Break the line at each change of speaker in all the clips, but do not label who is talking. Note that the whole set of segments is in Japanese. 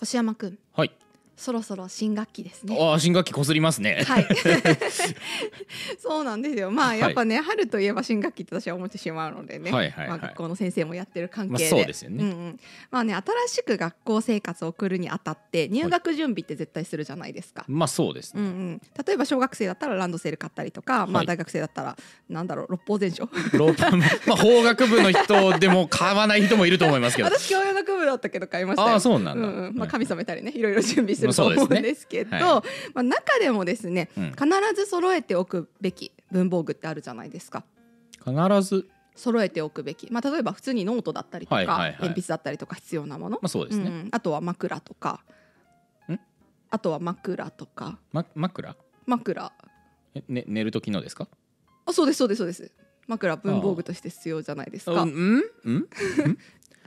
越山くん
はい。
そろそろ新学期ですね
ああ、新学期こすりますね。
はい そうなんですよまあ
はい
やっぱね、春といえば新学期って私は思ってしまうのでね、
はいはいはい
まあ、学校の先生もやってる関係で、
まあそうですよね
うんうんまあね新しく学校生活を送るにあたって入学準備って絶対するじゃないですか、
まあそうです
うんう
ね。
ん、例えば小学生だったらランドセル買ったりとか、ま
は
あ、
い
大学生だったらなんだろう六法全書
ロープ、 まあ法学部の人でも買わない人もいると思いますけ ど。
私教養学部だったけど買いましたよ
ああ、そうなんだ。
うんうんまあ、
はい
髪染めたりねいろいろ準備すると
そうで
思
す
う
ね
んですけど、
は
まあ、中でもですね、
うん
必ず揃えておくべき文房具ってあるじゃないですか
必ず、
揃えておくべき、まあ、例えば普通にノートだったりとか、
はいはいはい
鉛筆だったりとか必要なもの、
まあそうです
う
ね。
んあとは枕とか
ん
あとは枕とか
ま枕
枕
えね寝る時のですか
あそうですそうですそうです枕文房具として必要じゃないですか
うんうん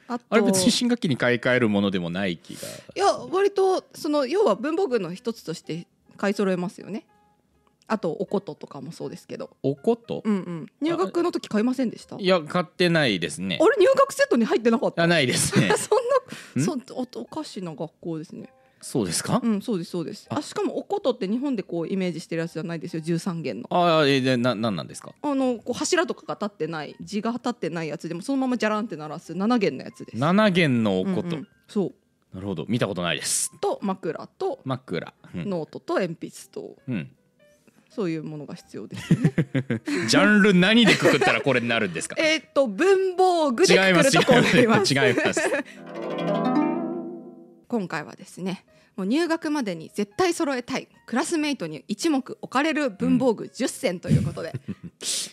あと
あれ別に新学期に買い替えるものでもない気が。
いや割とその要は文房具の一つとして買い揃えますよねあとおこととかもそうですけど
おこと
うんうん入学の時買いませんでしたあ
い
れ
や、買ってないですね。
入学セットに入ってなかった。
あ、ないですね
そん
ん
なそおおかしな学校ですね
そうですか
うんそうですそうですあしかもおことって日本でこうイメージしてるやつじゃないですよ13弦の
ああ、え、で、な、なんなんですか
あのこう柱とかが立ってない字が立ってないやつでもそのままジャランって鳴らす7弦のやつです
7弦のおこ
うんう
と。
んそう
なるほど。見たことないです。
と枕と
枕。うん
ノートと鉛筆と
うん。
そういうものが必要です
ジャンル何でくくったらこれになるんですか
えーっ、と文房具で
違いま
くくる
す違
とこうなり
い
ま
ますす違います
今回はですねもう入学までに絶対揃えたいクラスメイトに一目置かれる文房具10選ということで、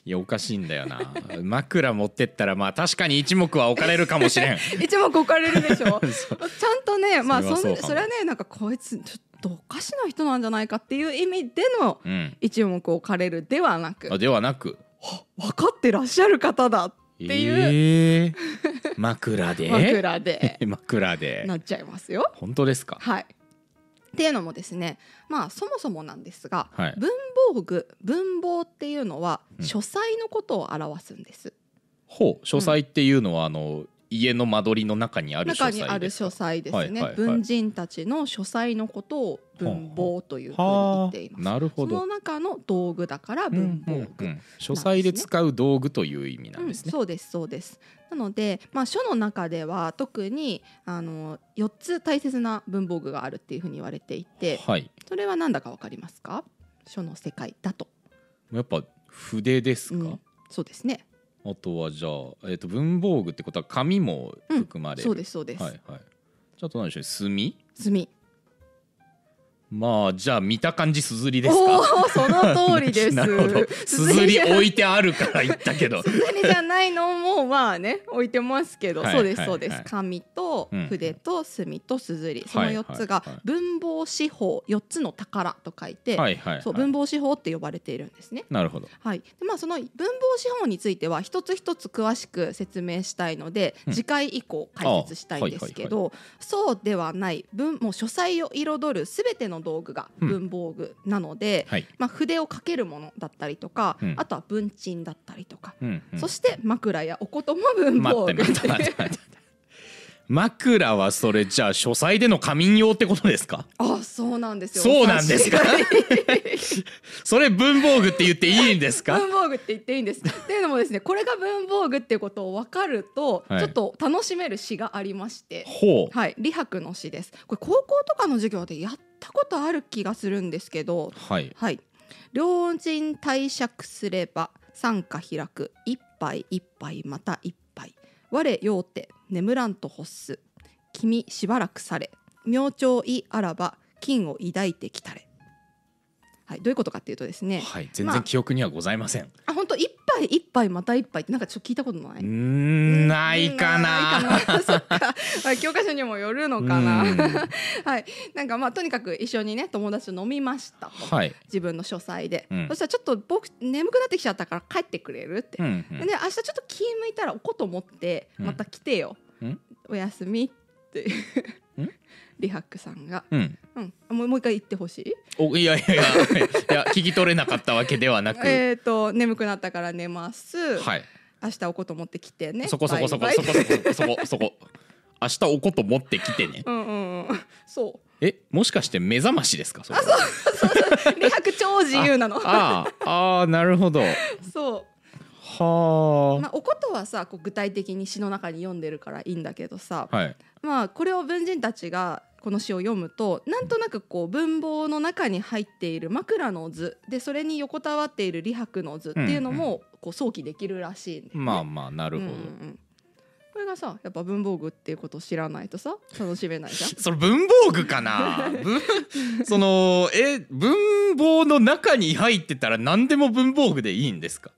いやおかしいんだよな枕持ってったらまあ確かに一目は置かれるかも しれん
一目置かれるでしょ
そう
ちゃんとねまあそ
それ
ん
はそうかも
それはねなんかこいつちょっとおかしな人なんじゃないかっていう意味での
うん
一目置かれるではなく
あではなく
分かってらっしゃる方だっていう
えー枕で
枕 で
枕で
なっちゃいますよ。
本当ですか
はい。っていうのもですね、まあそもそもなんですが、
はい
文房具文房っていうのは
うん
書斎のことを表すんです。
ほう書斎っていうのはあの家の間取りの中にある書
中
斎
にある
ですか
書斎ですね、
はいはいはい
文人たちの書斎のことを文房というふうに言っています。
はあなるほ
その
ど
中の道具だから文房具。
うんうんうん書斎で使う道具という意味なんで
う
す
ん
ね、
そうですそうですなので、まあ、書の中では特にあの4つ大切な文房具があるっていうふうに言われていて
はい
それは何だかわかりますか書の世界だと
やっぱ筆ですか、
うん、そうですね
あとはじゃあ、えー、と文房具ってことは紙も含まれる、
そうですそうです、
はいはいじゃああと何でしょう墨
墨
まあじゃあ見た感じすずりです
おお
か
ーその通りです
なる ほどすずり置いてあるから言ったけど
硯じゃないのもまあね置いてますけど、
はい
そうです
はい
そうです、
はい
紙と
うん
筆と墨と硯、その
はい
4つが
はいはい
文房四宝4つの宝と書いて、
はいはい、はい、
そう文房四宝って呼ばれているんですね
なるほど
はいでまあ、その文房四宝については一つ一つ詳しく説明したいので、
うん
次回以降解説したいんですけど、そうではない文もう書斎を彩るすべての道具が
うん
文房具なので、
はい
まあ、筆をかけるものだったりとか、
うん
あとは文鎮だったりとか、
うんうん
そして枕やおことも文
待
房
っ
具で
て待って待って待って枕はそれじゃあ書斎での仮眠用ってことですか
あそうなんですよ
そうなんですか
お察しがいい
それ文房具って言っていいんですか
文房具って言っていいんです。っていうのもですね、これが文房具ってことを分かると、
はい
ちょっと楽しめる詩がありまして、
ほう
はい、李白の詩です。これ高校とかの授業でやったことある気がするんですけど、
はい
はい、両人貸借すれば参加開く一杯一杯また一杯我用て眠らんと欲す君しばらくされ明朝いあらば金を抱いてきたれ。はい、どういうことかっていうとですね、
はい全
まあ
然記憶にはございません、
あ本当一杯一杯また一杯ってなんかちょっと聞いたことな
うー
い。
んないかな
ない かなそっか、まあ、教科書にもよるのかな
う。ん
はい、なんかまあとにかく一緒にね友達と飲みましたと。
はい、
自分の書斎で、
うん
そしたらちょっと僕眠くなってきちゃったから帰ってくれるって、
うんうん
で明日ちょっと気向いたらおこと持って
うん
また来てよ、
うん
おやすみって
うん
リハックさんが、
うん、
うん、もうもう一回言ってほしい
おいやい やいやいや聞き取れなかったわけではなく、
えっ、と眠くなったから寝ます、
はい
明日おこと持ってきてね
そこそこそこ
バイ
そ
バイ
こそこそこそこ明日おこと持ってきてね
うんうんうんそう
えもしかして目覚ましですかそれは
理白超自由なの
あああーなるほどは
そ
あ、
う、まあ、おことはさこう具体的に詩の中に読んでるからいいんだけどさ、
はい
まあ、これを文人たちがこの詩を読むとなんとなくこう文法の中に入っている枕の図でそれに横たわっている理白の図っていうのもこう想起できるらしいんだよね、
まあまあなるほど、
うんうんうんこれがさやっぱ文房具っていうことを知らないとさ楽しめないじゃん
それ文房具かな文そのえ文房の中に入ってたら何でも文房具でいいんですか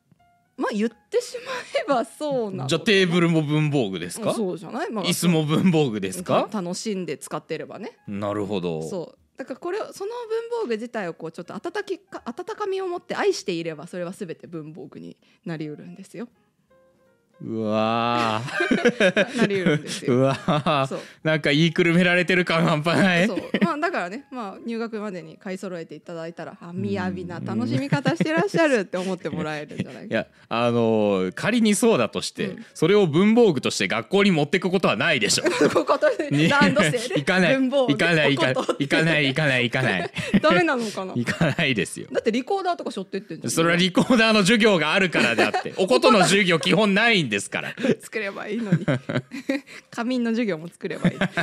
まあ言ってしまえばそうなの
じゃあテーブルも文房具ですか
そうじゃない、まあ、
椅子も文房具ですか
楽しんで使ってればね
なるほど
そうだからこれをその文房具自体をこうちょっと温きか温かみを持って愛していればそれは全て文房具になりうるんです よ。
うわ
ななりうるんです
ー う
よ。
わー
そう
なんか言いくるめられてる感半端ない
そうまあだからね、まあ、入学までに買い揃えていただいたらあ雅な楽しみ方してらっしゃるって思ってもらえるんじゃない
い
か
やあのー仮にそうだとして、
うん
それを文房具として学校に持っていくことはない でしょ
こことで
ね
ランドセル
行かない
文房具
行かない行か
お
な
こと
い行かない行かない行か ない
ダメなのかな
行かないですよ
だってリコーダーとかしょってってんじゃん
それはリコーダーの授業があるからであっておことの授業基本ないんですから
作ればいいのに 仮眠の授業も作ればいい
確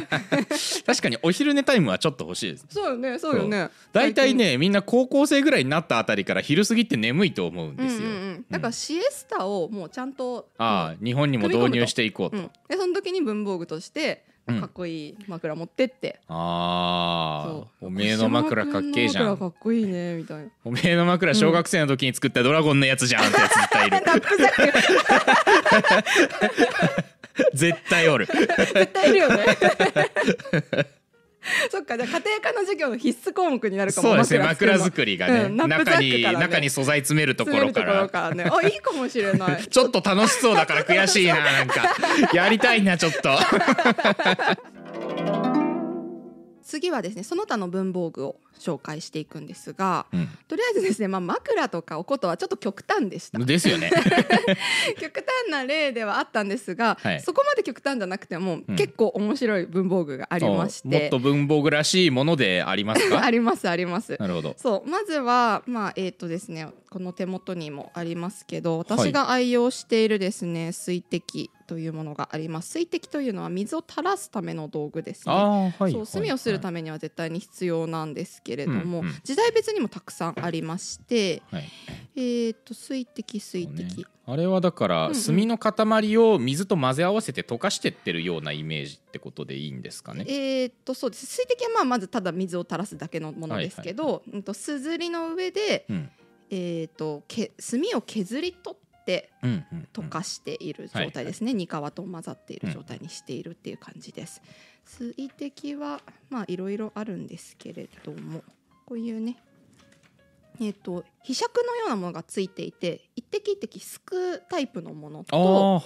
かにお昼寝タイムはちょっと欲しいです
そうよねそうよね
大体ねみんな高校生ぐらいになったあたりから昼過ぎって眠いと思うんです
う
よ、
んうんうん、だからシエスタをもうちゃんと、
ああ日本にも導入していこう
う
と、
んでその時に文房具として
うん
かっこいい枕持ってって、
ああ
そう
おめえの枕かっけえじ
星
ゃ
山君の枕
ん
かっこいいねみたいな
おめえの枕小学生の時に作ったドラゴンのやつじゃんってやつ絶対いる 絶対おる
絶対いるよ ねそっかじゃあ家庭科の授業の必須項目になるかも
そうですね
作る
枕
の
作りがね,、
うんナップザッ
中に
クからね
中に素材詰めるところか
詰め
ら
るところからねあいいかもしれない
ちょっと楽しそうだから悔しいななんかやりたいなち ょっと
次はですねその他の文房具を紹介していくんですが
うん、
とりあえずですね、まあ、枕とかおことはちょっと極端でした
ですよね
極端な例ではあったんですが、
はい
そこまで極端じゃなくても、
うん
結構面白い文房具がありまして
もっと文房具らしいものでありま す
あ
か
りますあります
なるほど
そうまずはまあえっ、とですねこの手元にもありますけど
はい
私が愛用しているですね、水滴というものがあります水滴というのは水を垂らすための道具ですね
ああはい
そう墨をするた
め
めには絶対に必要なんですけれども、
うんうん
時代別にもたくさんありまして、
はい
えー、と水滴水
そうね
滴、
あれはだか
うんう
ら
ん
墨の塊を水と混ぜ合わせて溶かしてってるようなイメージってことでいいんですかね
えーっとそうです水滴はまあまずただ水を垂らすだけのものですけど、うんとすずりの上で、
うん
えーっとけ墨を削り取って
うんうん
溶かしている状態ですね、ニカワと混ざっている状態にしているっていう感じです、水滴はまあいろいろあるんですけれどもこういうねえーっと被釈のようなものがついていて一滴一滴すくうタイプのもの
あ
と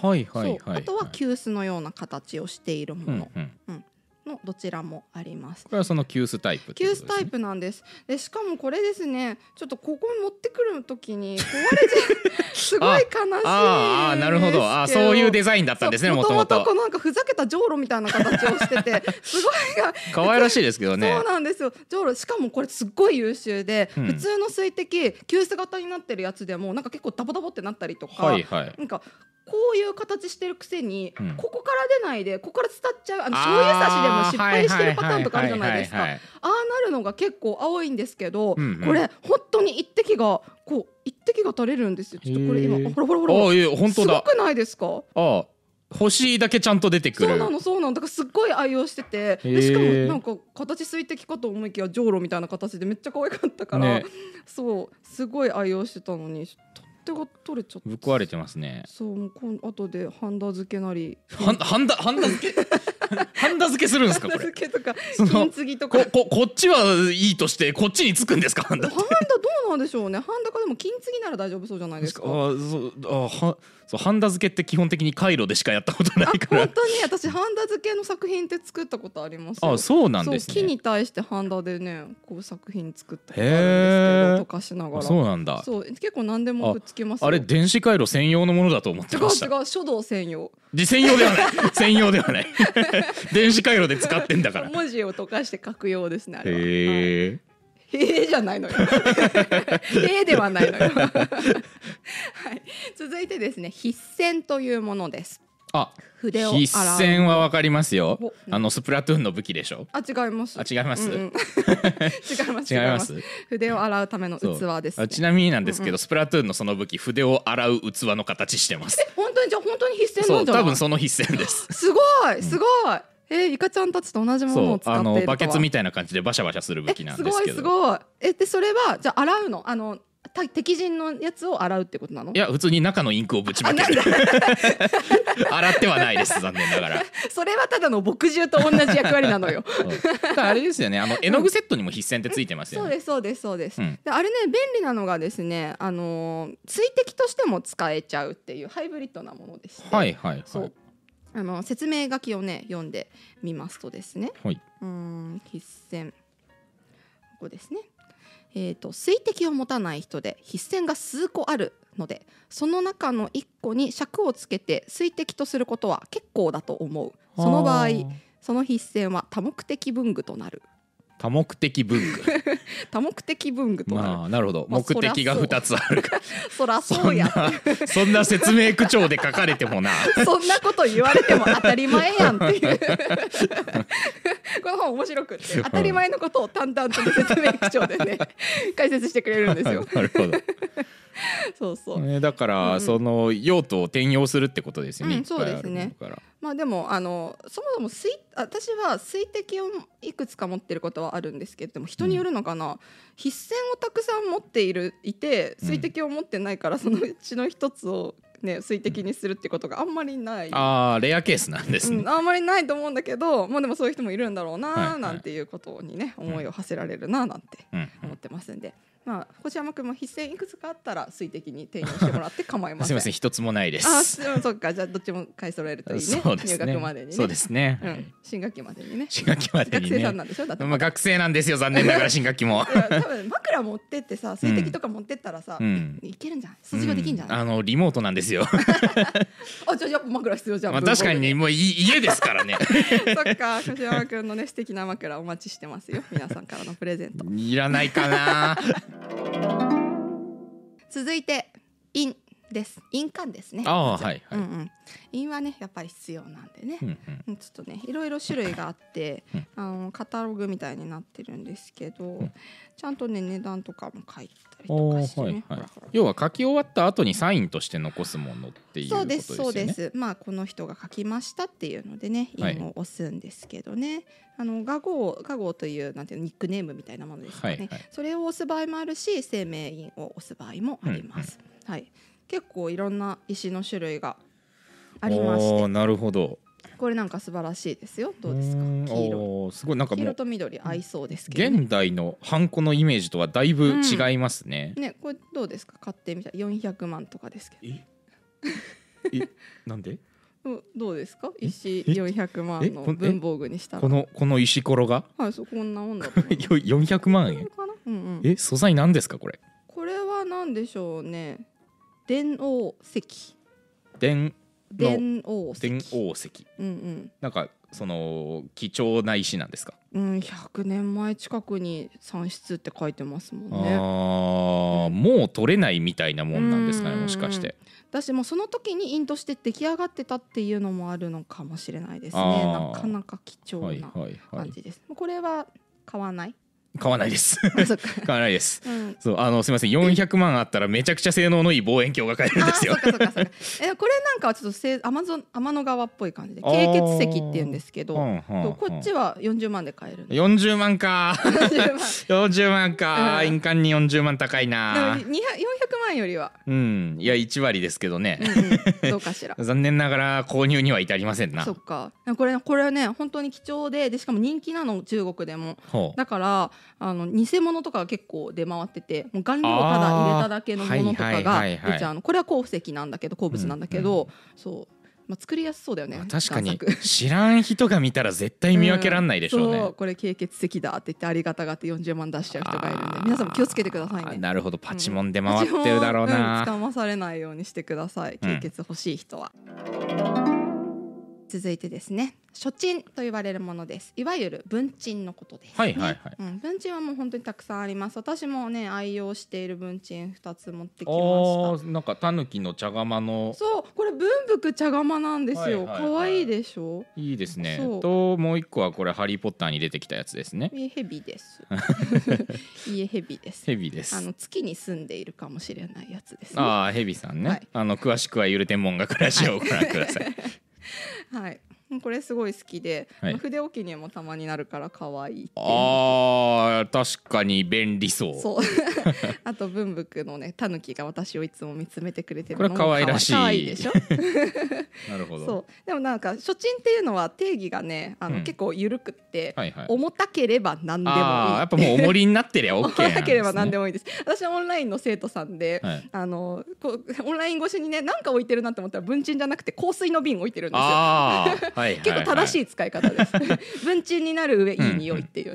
あはいはいはい
そうあとは急須のような形をしている
う
も
ん
の
うん
のどちらもあります
こ。れはその急須タイプって
急
ことです
須
ね
タイプなんです。でしかもこれですね、ちょっとここに持ってくるときに壊れちゃうすごい悲しいんですけど。
あーあーなるほどあーそういうデザインだったんですねもとも
そう元々ことのなんかふざけたじょうろみたいな形をしてて、すごいが、
可愛らしいですけどね
そうなんですよ。じょうろしかもこれすっごい優秀で、
うん
普通の水滴急須型になってるやつでもなんか結構ダボダボってなったりとか、
はいはい
なんか。こういう形してるくせに、
うん
ここから出ないでここから伝っちゃうあの醤油差しでも失敗してるパターンとかあるじゃないですか
はいはいはいはい
ああなるのが結構青いんですけど、
うんうん
これ本当に一滴がこう一滴が垂れるんですよちょっとこれ今
へー
あほらほらほ
はいあ
ら
あいや本当だ
すごくないですか
ああ星だけちゃんと出てく
そう
る
なのそうなのだからすっごい愛用してて
へー
でしかもなんか形水滴かと思いきやじょうろみたいな形でめっちゃ可愛かったから、
ね
そうすごい愛用してたのに取っ手が取れちゃった
ぶっ壊れてますね
そうもうこん後でハンダ付けなり
はんはんだはんだ付け はんだ付けするんです
ハン
かこ
ダ
れ
付けとか
その
金継ぎとか
こここっちはいいとしてこっちにつくんですかはんだ
ハンダどうなんでしょうねハンダかでも金継ぎなら大丈夫そうじゃないですか
あそうあはそうハンダ付けって基本的にカイロでしかやったことないか
あ
ら
本当に私ハンダ付けの作品って作ったことありますよ
あそうなんです
そう
ね
木に対してハンダでねこう作品作ったことあるん
へ
ですけ
ー
ど溶かしなが
あ
ら
そうなんだ
そう結構何でもくっつけますよ
あれ電子回路専用のものだと思っ
違
て
う
ました
違う書道専用
で専用ではない専用ではない 電子回路で使ってんだから
文字を溶かして書く用ですねあれははい
へえ
へえじゃない のよ。へえではないのよ。はい、続いてですね、筆箋というものです。
あ
筆を洗う。
必戦はわかりますよ
お
あのスプラトゥーンの武器でしょ
あ、違います。
あ違います
うんうん違います。
違います
筆を洗うための器
そう
です、
あ
ね。
ちなみになんですけどスプラトゥーンのその武器筆を洗う器の形してます
本当にじゃあ本当に筆箋
そ
な
うん
じゃない。
多分その必戦です
すごいすごい。えーイカちゃんたちと同じもの
そ
を
う
使ってい
あ
ると
の
は。
バケツみたいな感じでバシャバシャする武器なんですけ
えすごいす
ど
ごい。えでそれはじゃあ洗うのあのた敵陣のやつを洗うってことなの？
いや普通に中のインクをぶちまける洗ってはないです残念ながら
それはただの墨汁と同じ役割なの よ。
だからあれですよねあの絵の具セットにも必戦ってついてますよ
そう
ね
ですそうですそうです、
うん
であれね便利なのがですね、あのー水滴としても使えちゃうっていうハイブリッドなものでして、
はいはい
そ
は
う
い
あの説明書きをね読んでみますとですね
はいう
ーん筆箋ここですねえー、と水滴を持たない人で筆箋が数個あるのでその中の1個に尺をつけて水滴とすることは結構だと思うその場合
あー
その筆箋は多目的文具となる
多目的文 具
多目的文具となる、
まあなるほど
まあ
目的が
そりゃそう
2つあるか
そらそ
そ
うんや
なそんな説明口調で書かれてもな
そんなこと言われても当たり前やんっていう。この本面白くって当たり前のことを淡々と説明口調でね解説してくれるんです
なる
よ。
ほ
そうそ
ど
う。
ねだか
うんう
ら
ん
その用途を転用するってことですよね
うん
いっぱいあ
そうです
る
ね
ものから
まあでもあのそもそも水私は水滴をいくつか持ってることはあるんですけどでも人によるのかな、筆箋をたくさん持っているいて水滴を持ってないからそのうちの一つを、ね、水滴にするってことがあんまりない。
ああレアケースなんです
う
ね
ん、あんまりないと思うんだけど、まあ、でもそういう人もいるんだろう
はいは
ないなんていうことにね、思いを馳せられるななんて
うん
思ってますんで、まあ、星山君も筆箋いくつかあったら水滴に転用してもらって構いませ
す
ん。
いません一つもないで
あ
す
でもそっかじゃあどっちも買い揃えるといいね
そうです
入
ね
学までにね
そうですね
う
はい
ん、新学期までにね
新学期まで
学
に
生さん
ね
なんでしょだって、
まあ学生なんですよ残念ながら新学 期も
いや多分枕持ってってさ水滴とか持ってったらさ、
うん
いけるんじゃない卒業できんじゃない、
うんあのリモートなんですよ。
あじゃあやっぱ枕必要じゃん、
まあ確かにもうい家ですからね。
文房具 そっか星山君のね素敵な枕お待ちしてますよ皆さんからのプレゼン ト
いらないかな。
続いて印です印鑑ですね
ああーはいは
うん
い。
うん印はねやっぱり必要なんでね、
う
うん
んうん
ちょっとねいろいろ種類があって、
うん
あのカタログみたいになってるんですけど、
ん
ちゃんとね値段とかも書いてたりと
お
かして
ーは
ね
い
ほ
はい
らほら、
要は書き終わった後にサインとして残すものっていう
そ
こと
う
で
ですす
よね
そうで。すまあこの人が書きましたっていうのでね
はい
印を押すんですけどね、あの画号画号というなんていうのニックネームみたいなものですかね、
はいはい
それを押す場合もあるし生命印を押す場合もあります、はい結構いろんな石の種類がありまし
おー
て
なるほど。
これなんか素晴らしいですよどうですか
ーん
黄色
おーすごいなんか
黄
も
色
う
と緑合いそうですけどね
現代のハンコのイメージとはだいぶ違いますね。
ねこれどうですか買ってみた400万とかですけ
えなんで？
どうんどうですか石
え
400万の
えこんえ
文房具にした
こ
ら
のこの石ころが
はいそうこんなもんだと思います
四百万円。
かな、うんうん、
え素材なんですかこれ？
これは何でしょうね電王石
電
電王石
電王石。
うん
なんかその貴重な石なんですか。
うん、うん、100年前近くに産出って書いてますもんね
ああ、もう取れないみたいなもんなんですかね、
うん
もしかして。
だしもうその時に印として出来上がってたっていうのもあるのかもしれないです
あー
ねなかなか貴重
はい
な
はいは
感
い。
じです、これは買わない
買わないです。
あそっか、
買わないです。
うん、
そう、あの、すみません、400万あったら、めちゃくちゃ性能のいい望遠鏡が買えるん
あー
です
そ
よ
っ。かそっかそっかえこれなんかはちょっとせアマゾン天の川っぽい感じで
あー
軽血石っていうんですけど、
うんうんうん
こっちは40万で買えるんで
40万か
40万
40万か、
うん
印鑑に40万高 い
でも
な
200 400万よりは、
うんいや1割ですけどね
う、ん うんどうかしら
残念ながら購入には至りませんな
そっかこれこれはね本当に貴重ででしかも人気なの中国でも
ほう
だからあの偽物とかが結構出回っててもう顔料をただ入れただけのものとか
あー
が
はいはいはいはい
出ちゃうのこれは鉱石なんだけど鉱物なんだけど、そうまあ、作りやすそうだよね
まあ確かに
贋作
知らん人が見たら絶対見分けらんないでしょうね、
んそうこれ軽血石だって言ってありがたがって40万出しちゃう人がいるん
あ
で
ー
皆さんも気をつけてくださいね
なるほどパチモンで回ってるだろう
う
な、
んうん、掴まされないようにしてください
うん
経血欲しい人は、続いてですね書賃と言われるものですいわゆる文鎮のことです、ね、
はいはいはい
うん、文鎮はもう本当にたくさんあります私もね愛用している文鎮2つ持ってきま
あ
し
ーなんかタヌキの茶釜の
たそうこれ文福茶釜なんですよ
はい
可
はい
愛、
はい
いいでしょ
いいですね
そう
ともう一個はこれ「ハリー・ポッター」に出てきたやつですね
家ヘビです 家ヘビです
ヘビです
あの月に住んでいるかもしれないやつですね。
ああヘビさんね、
はい
あの詳しくはゆる天文学ラジオをご覧くだ さい、
はい。これすごい好きで、
はい
まあ筆置きにもたまになるから可愛いっていう
あー確かに便利そう
そう あと文福のねタヌキが私をいつも見つめてくれてるのも
これ可愛らしい
可愛いでしょ
なるほど
そうでもなんか書賃っていうのは定義がねあの、
うん
結構緩くって、
はいはい
重たければ何でもいい
ああやっぱもう重りになってりゃ OK な んです、ね、
重たければ何でもいいです私はオンラインの生徒さんで、
はい
あのこうオンライン越しにね何か置いてるなって思ったら文鎮じゃなくて香水の瓶置いてるんですよ
ああ、はいはいはい、
結構正しい使い方 です。文鎮になる上いい匂いっていう。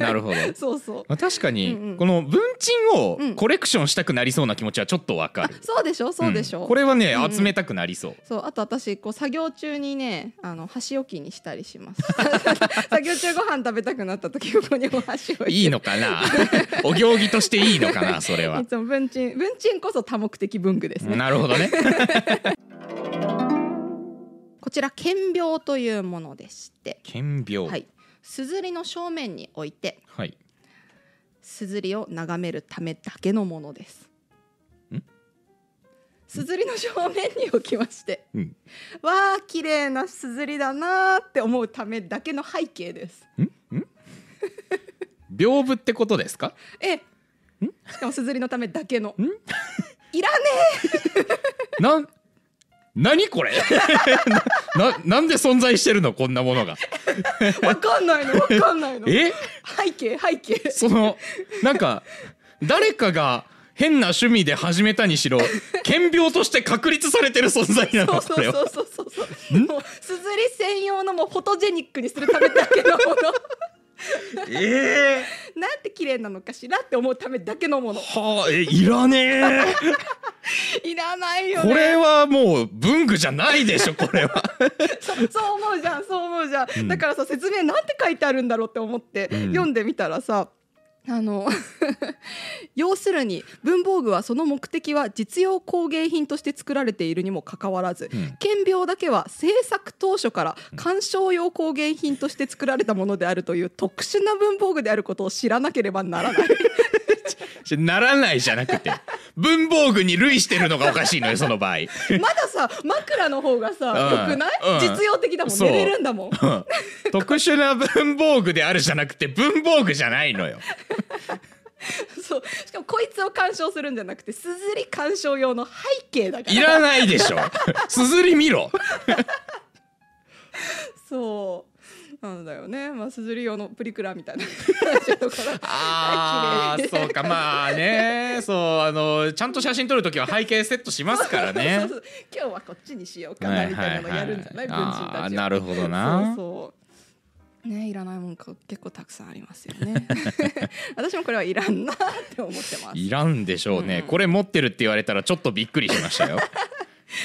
なるほど
そうそう。
まあ確か
うんう
に
ん
この文鎮を
うん
コレクションしたくなりそうな気持ちはちょっとわか
あ
る、
そうでしょ そうでしょ、
うんこれはね
うんうん
集めたくな りそう、
そうあと私こう作業中にねあの箸置きにしたりします 作業中ご飯食べたくなった時ここにお箸置いて
いいのかなお行儀としていいのかな それはい
つも文鎮文鎮こそ多目的文具ですね、
なるほ どね
こちら顕病というものでして
顕病
はいすずりの正面に置いて
はい
すずりを眺めるためだけのものです
ん。
すずりの正面に置きまして、
うん
わあ綺麗なすずりだなーって思うためだけの背景です。
んん屏風ってことですか
ええ、しかもすずりのためだけの。いらね
なん何これ ななんで存在してるのこんなものが
え、わかんないの、わかんないの。
え
背景、背景。
そのなんか誰かが変な趣味で始めたにしろ顕病として確立されてる存在な
そ
の
うそ
これ
うそ
は
うそうそうそう。もうすずり専用のもうフォトジェニックにするためだけのも
ええ
の。なんて綺麗なのかしらって思うためだけのもの。
はあえいらねえ
いらないよ
こ
ね。
れはもう文具じゃないでしょこれは
そう思うじゃんそう思うじゃん、だからさ説明なんて書いてあるんだろうって思って、
ん
読んでみたらさあの 要するに文房具はその目的は実用工芸品として作られているにもかかわらず
うん
顕病だけは制作当初から鑑賞用工芸品として作られたものであるという特殊な文房具であることを知らなければならない
ならないじゃなくて文房具に類してるのがおかしいのよその場合
まださ枕の方がさ、
うん
よくない、
うん
実用的だもん
そう
寝れるんだもん
うん特殊な文房具であるじゃなくて文房具じゃないのよ
そうしかもこいつを鑑賞するんじゃなくてすずり鑑賞用の背景だから
いらないでしょすずり見ろ
そうなんだよねまあすずり用のプリクラみたいな感じだから
ああ
綺麗
そうかまあねそうあのちゃんと写真撮るときは背景セットしますからね
そうそう今日はこっちにしようかなみたいなのやるんじゃない文人たち
あ
は
ーなるほどな
そうそうねいらないもんか結構たくさんありますよね 私もこれはいらんなって思ってます
いらんでしょうね、これ持ってるって言われたらちょっとびっくりしました よ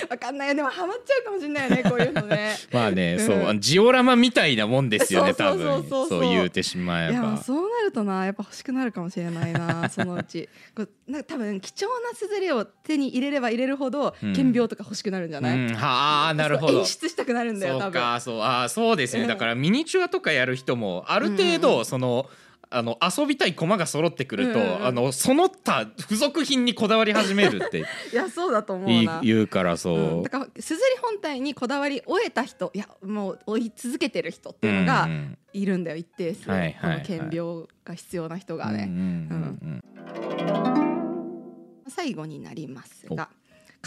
わかんないよでもハマっちゃうかもしれないよねこういうのね
まあねそう
うん
あのジオラマみたいなもんですよね
そ
多
うそうそう
分
そう
そう言うてしま
い
え
や
ば
そうなるとなやっぱ欲しくなるかもしれない なそのうちこうなんか多分貴重なすずりを手に入れれば入れるほど
うん
顕病とか欲しくなるんじゃない、
うんはあなるほ
そう
ど
演出したくなるんだよ
そ
多
う
分
かそうあーそうです
うん
ねだからミニチュアとかやる人もある程
うんうんう
度その、あの遊びたい駒が揃ってくると、
うんうんうん
あのその他付属品にこだわり始めるって
いや そうだと思う
い
な
言うからそう、
うんだからすずり本体にこだわり終えた人いやもう追い続けてる人っていうの
うんう
が
ん
いるんだよ一定数、
はいはいはい
この顕病が必要な人がね、
うんうんうんうん
最後になりますが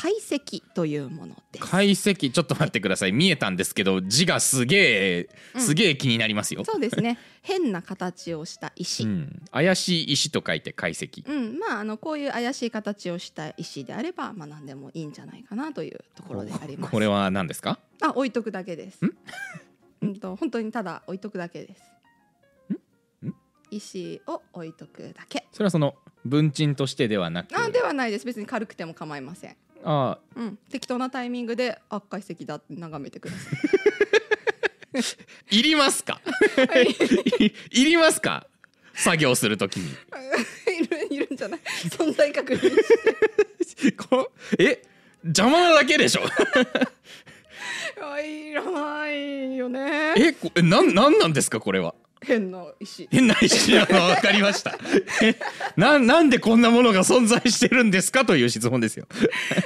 解析というものです。
解析ちょっと待ってください見えたんですけど字がすげえ
うん
すげえ気になりますよ、
そうですね。変な形をした石。
う
うん
ん、怪しい石と書いて解析
まああのこういう怪しい形をした石であれば、まあ何でもいいんじゃないかなというところであります。
これは何ですか
あ置いとくだけです
ん。
うんと本当にただ置いとくだけです
んん。
石を置いとくだけ。
それはその文鎮としてではなく
あではないです。別に軽くても構いません。
あ
うん、適当なタイミングであ解析だって眺めてください。
いりますかいいりますか作業するときに
い るいるんじゃ ない存在確認 して
こえ邪魔なだけでしょ
あいらないよね
えこえなんなんなんですかこれは
変な石
変な石なのは分かりましたえななんでこんなものが存在してるんですかという質問ですよ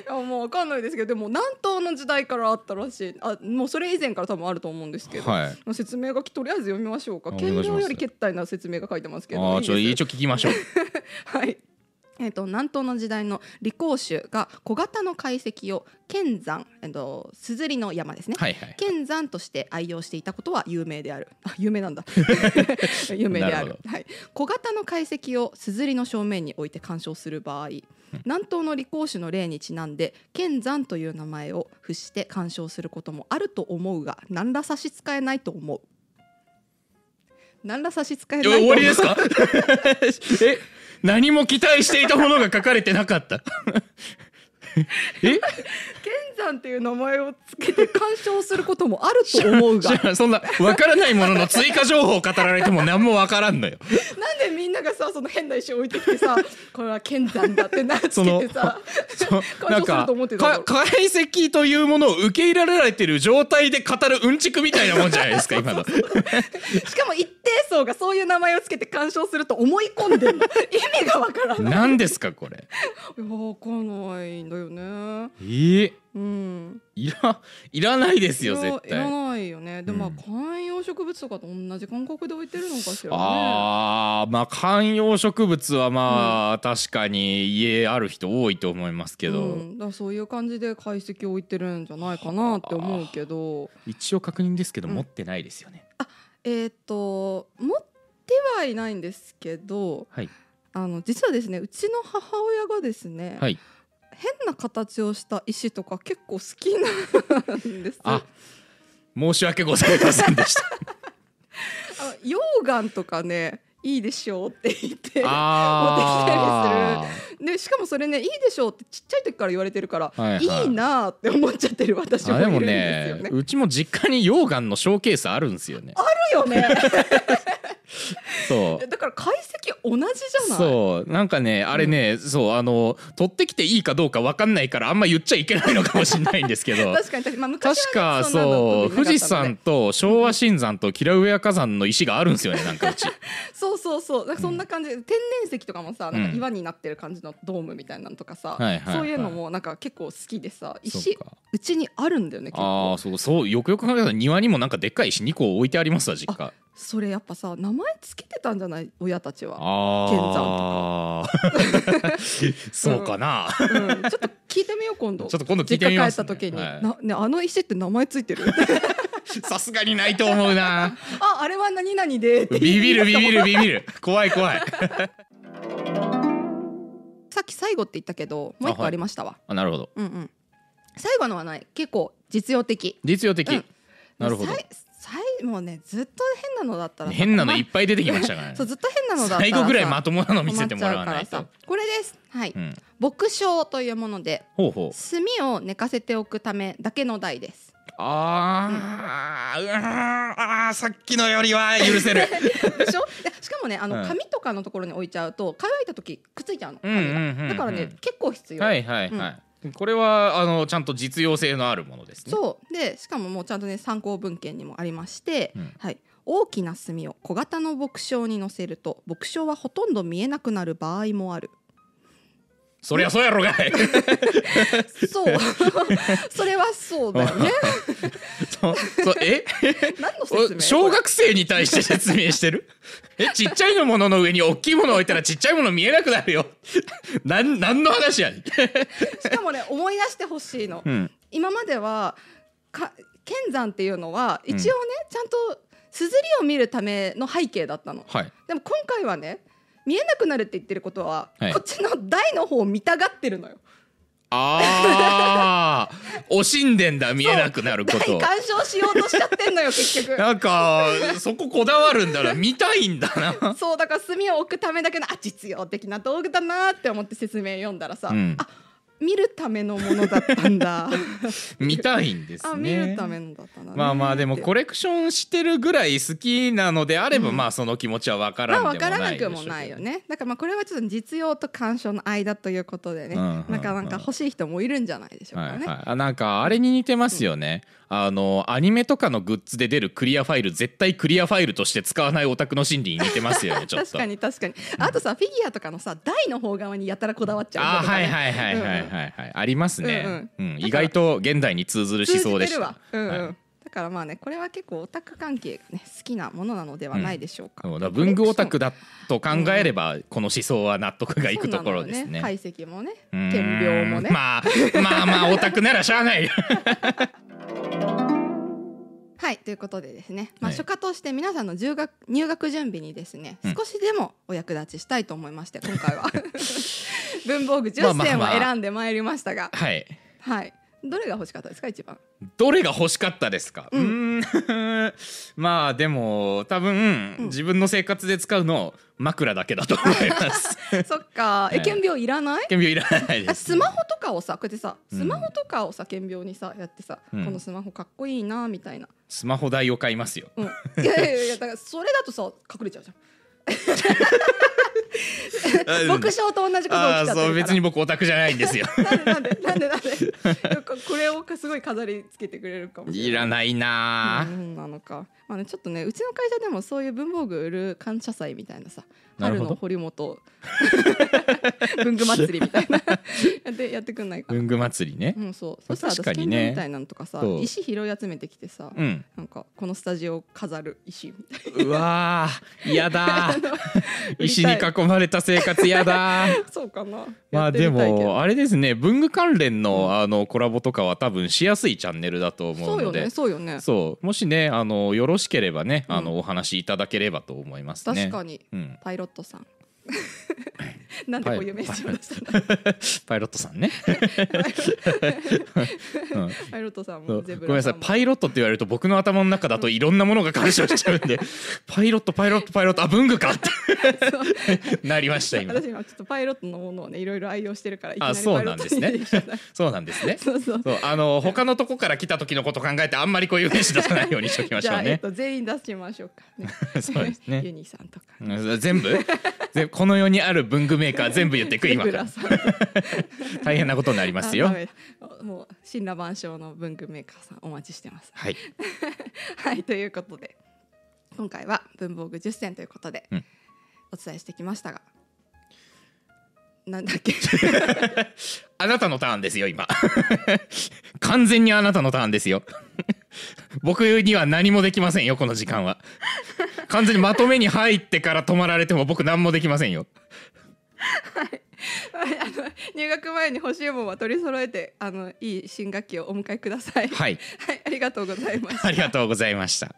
あもうわかんないですけどでも南東の時代からあったらしいあもうそれ以前から多分あると思うんですけど、
はい
もう説明書きとりあえず読みましょうか
お願いし
剣
ます
道より決体な説明が書いてますけど
ああちょ
いいです
一応聞きましょう
はい。えー、と南東の時代の李光州が小型の解析を剣山、えー、とすずりの山ですね、
はいはい
剣山として愛用していたことは有名であるあ有名なん だ有名であ
な
る
るほ
はい、小型の解析をすずりの正面に置いて鑑賞する場合南東の理工種の例にちなんで剣山という名前を付して鑑賞することもあると思うが何ら差し支えないと思う何ら差し支えない
い
と
や終
思
わ
う
りですか え何も期待していたものが書かれてなかった え
剣山っていう名前をつけて鑑賞することもあると思 うがなん
じゃあそんな分からないものの追加情報を語られても何も分から んのよ
でみんながさその変な石を置いてきてさこれは剣山だってなって
その
さ
そうな
感動する
んか
と思ってた
か解析というものを受け入れられてる状態で語るうんちくみたいなもんじゃないですか今の
しかも一定層がそういう名前をつけて鑑賞すると思い込んでるの意味がわからない
何ですかこれ
いやわかんないんだよね
えー
うん
いらいらないですよ
いや
絶
いら
対
ないよねでも、
うん
まあ観葉植物とかと同じ感覚で置いてるのかしらね
あーまあ観葉植物はまあ確かに家ある人多いと思いますけ
う
ど
ん、だからそういう感じで解析を置いてるんじゃないかなって思うけど
一応確認ですけど
うん
持ってないですよね
えっ、と持ってはいないんですけど
はい
あの実はですねうちの母親がですね、
はい
変な形をした石とか結構好きなんです
あ申し訳ございませんでした
あの溶岩とかねいいでしょうって言って
あー
でしかもそれねいいでしょうってちっちゃい時から言われてるから、
はい
い
はい
いなーって思っちゃってる私もい
あで
るん
も
ですよ
ね
ね。
うちも実家に溶岩のショーケースあるんですよね
あるよね
そう
だから解析同じじゃない
そうなんかねあれね、そうあの取ってきていいかどうかわかんないからあんま言っちゃいけないのかもしれないんですけど
確かに確かに、まあ、昔
確
はね
か
んなの
そう
特
富
に
士
なかったので
山と昭和新山とキラウエア火山の石があるんですよねなんかうち
そうそうそうなんかそんな感じで、天然石とかもさ
うん
なんか岩になってる感じのドームみたいなのとかさ、
はいはいはい
そういうのもなんか結構好きでさ
そう
石
か
うちにあるんだよね結
あ
構
あそうそうよくよく考えたら庭にもなんかでっかい石2個置いてありますわ実家
それやっぱさ名前つけてたんじゃない親たちは、
ああ そうかな、
うん、ちょっと聞いてみよう今度
ちょっと今度聞いてみます
実家帰った時に、
はい
なね、あの石って名前つい てる
さすがにないと思うな
ああれは何々でって
ビビるビビるビビる怖い怖い
さっき最後って言ったけどもう一個ありましたわ、
あなるほど
うんうん最後のはない結構実用的
実用的、
うん
なるほど
さいさいもうねずっと変なのだったらさ
変なの
困
いっぱい出てきましたからね
そうずっと変なのだったら
最後ぐらいま
と
ともなの見せてもらわないと。
これですはい、
うん、
牧草というもので
ほうほう。
炭を寝かせておくためだけの台です
あー、うわー、さっきのよりは 許せる。
でしょでしかもねあの、
うん
紙とかのところに置いちゃうと乾いた時くっついちゃうの
うんうん
紙
うんうん
がだからね結構必要、
はいはいはい。これはあのちゃんと実用性のあるものですね。
そうでしかももうちゃんとね参考文献にもありまして、
うん
はい、大きな炭を小型の牧草に乗せると牧草はほとんど見えなくなる場合もある
そりゃそうやろが い。
そう それはそうだよね
そうそうえ
何の説明
お小学生に対して説明してる？えちっちゃいのものの上に大きいもの置いたらちっちゃいもの見えなくなるよ なんなんの話やねん、
しかもね思い出してほしいの
うん、
今まではか剣山っていうのは
う
一応
ん
ね、ちゃんとすずりを見るための背景だったの
はい
でも今回はね見えなくなるって言ってることは、
はい
こっちの台の方を見たがってるのよ
あ ー惜しんでんだ見えなくなるこ
台
と
干渉しようとしちゃって んのよ結局
なんかそここだわるんだな見たいんだな
そうだから炭を置くためだけのあ実用的な道具だなって思って説明読んだらさ、
うん
あ見るためのものだったん だ
見たいんですね
あ見るためのだったな
まあまあでもコ
れ
レクションしてるぐらい好きなのであれば、
うん
まあその気持ちは分から
まあ分
んで
か
もな
ら
いで
な
しょうけど
くもないよねだからまあこれはちょっと実用と鑑賞の間ということでね、
うんうんうん
なかなか欲しい人もいるんじゃないでしょう
はい
かね、
はい、あなんかあれに似てますよね、あのアニメとかのグッズで出るクリアファイル絶対クリアファイルとして使わないオタクの心理に似てま すよねちょっと
確かに確かにあとさフィギュアとかのさ台の方側にやたらこだわっちゃう
あー
とか
は
ね
いはいはいはいはいはい、ありますね、う
だ
ん
から
意外と現代に通ずる思想でし
通じて
た
るわうんうん
はい
だからまあねこれは結構オタク関係がね好きなものなのではないでしょうか,、
そうだから文具オタクだと考えれば、この思想は納得がいくところです
そうなの
ね
よ排斥もね
うーん
兼病もね、
まあまあまあオタクならしゃあない
はいということでですね、まあ、
はい
初夏として皆さんの入学入学準備にですね、
うん
少しでもお役立ちしたいと思いま して今回は 文房具
まあ
10
まあ
選を
まあ
選んでまいりましたが、
はい
はいどれが欲しかったですか 一番
どれが欲しかったですかう
う
ーん まあでも多分、
うん
自分の生活で使うの枕だけだと思います
そっかえ
はい
顕病いらない
顕微鏡いらない
あ
です
スマホとかをさこうやってさ
うん
スマホとかをさ顕病にさやってさ、
うん
このスマホかっこいいなみたいな、
スマホ代を買いますよ
うん、いやいやいやだからそれだとさ 隠れちゃうじゃん僕
あ
賞と同じことが
あ
起きちゃ
ー
ってるか
そう
ら
別に僕オタクじゃないんですよ
なんでなんでなんで なんでここれをすごい飾りつけてくれるかもしれない
いらないな
う
ー
んなのか、まあね、ちょっとねうちの会社でもそういう文房具売る感謝祭みたいなさ
なる
春
ほど
の堀本 文具祭りみたいな でやってくんないかな、
文具祭りね
うん、そうそしたら
確
私
かに
剣
ね
道みたいなのとかさ
そう
石拾い集めてきてさ、
うん
なんかこのスタジオを飾る石みたいう
わー 嫌だ
売
ー
りたい
石に囲まれた生活嫌だー
なそうかな
ま
や
あ
って
で
みたいけど
もあれですね文具関連
うん
のあのコラボとかは多分しやすいチャンネルだと思
そううよ
の
ね
で
そうよね
そうもしねあのよろしければね
うん
あのお話しいただければと思いますね
確かに
うん
パイロットさ んなんでこういう名刺を出したの
パイロットさんねうん
パイロットさん
そ
も
う
ゼブ
ごめんな
ラさ
さい
んも
パイロットって言われると僕の頭の中だといろんなものが干渉しちゃうん でパイロットパイロットパイロットあ文具かってなりました今
私今ちょっとパイロットのものをねいろいろ愛用してるからいきな
あ
り
そ
パ
う
イロッ
なん
ト
ですね
に出てきちゃった
そうなんですね
そうそう
そうあの他のとこから来た時のこと考えてあんまりこういう名刺出さないようにしときまし
じ
ょ
ゃ
う
あ、えっ
ね。
と、全員出しましょうか、ね、
そうですね
ユニさんとか
うん全部 ぜこの世にある文具メーカー全部言ってく今から
ゼブラさん
大変なことになります
あ
よ
ダ。メだもう神羅万象の文具メーカーさんお待ちしてます
はい、
はいということで今回は文房具10選ということで、
うん
お伝えしてきましたがなんだっけ
あなたのターンですよ今 完全にあなたのターンですよ 僕には何もできませんよこの時間は完全にまとめに入ってから止まられても僕何もできませんよ
あの入学前に欲しいものは取り揃えてあのいい新学期をお迎えください
はい
はい、ありがとうございます。
ありがとうございました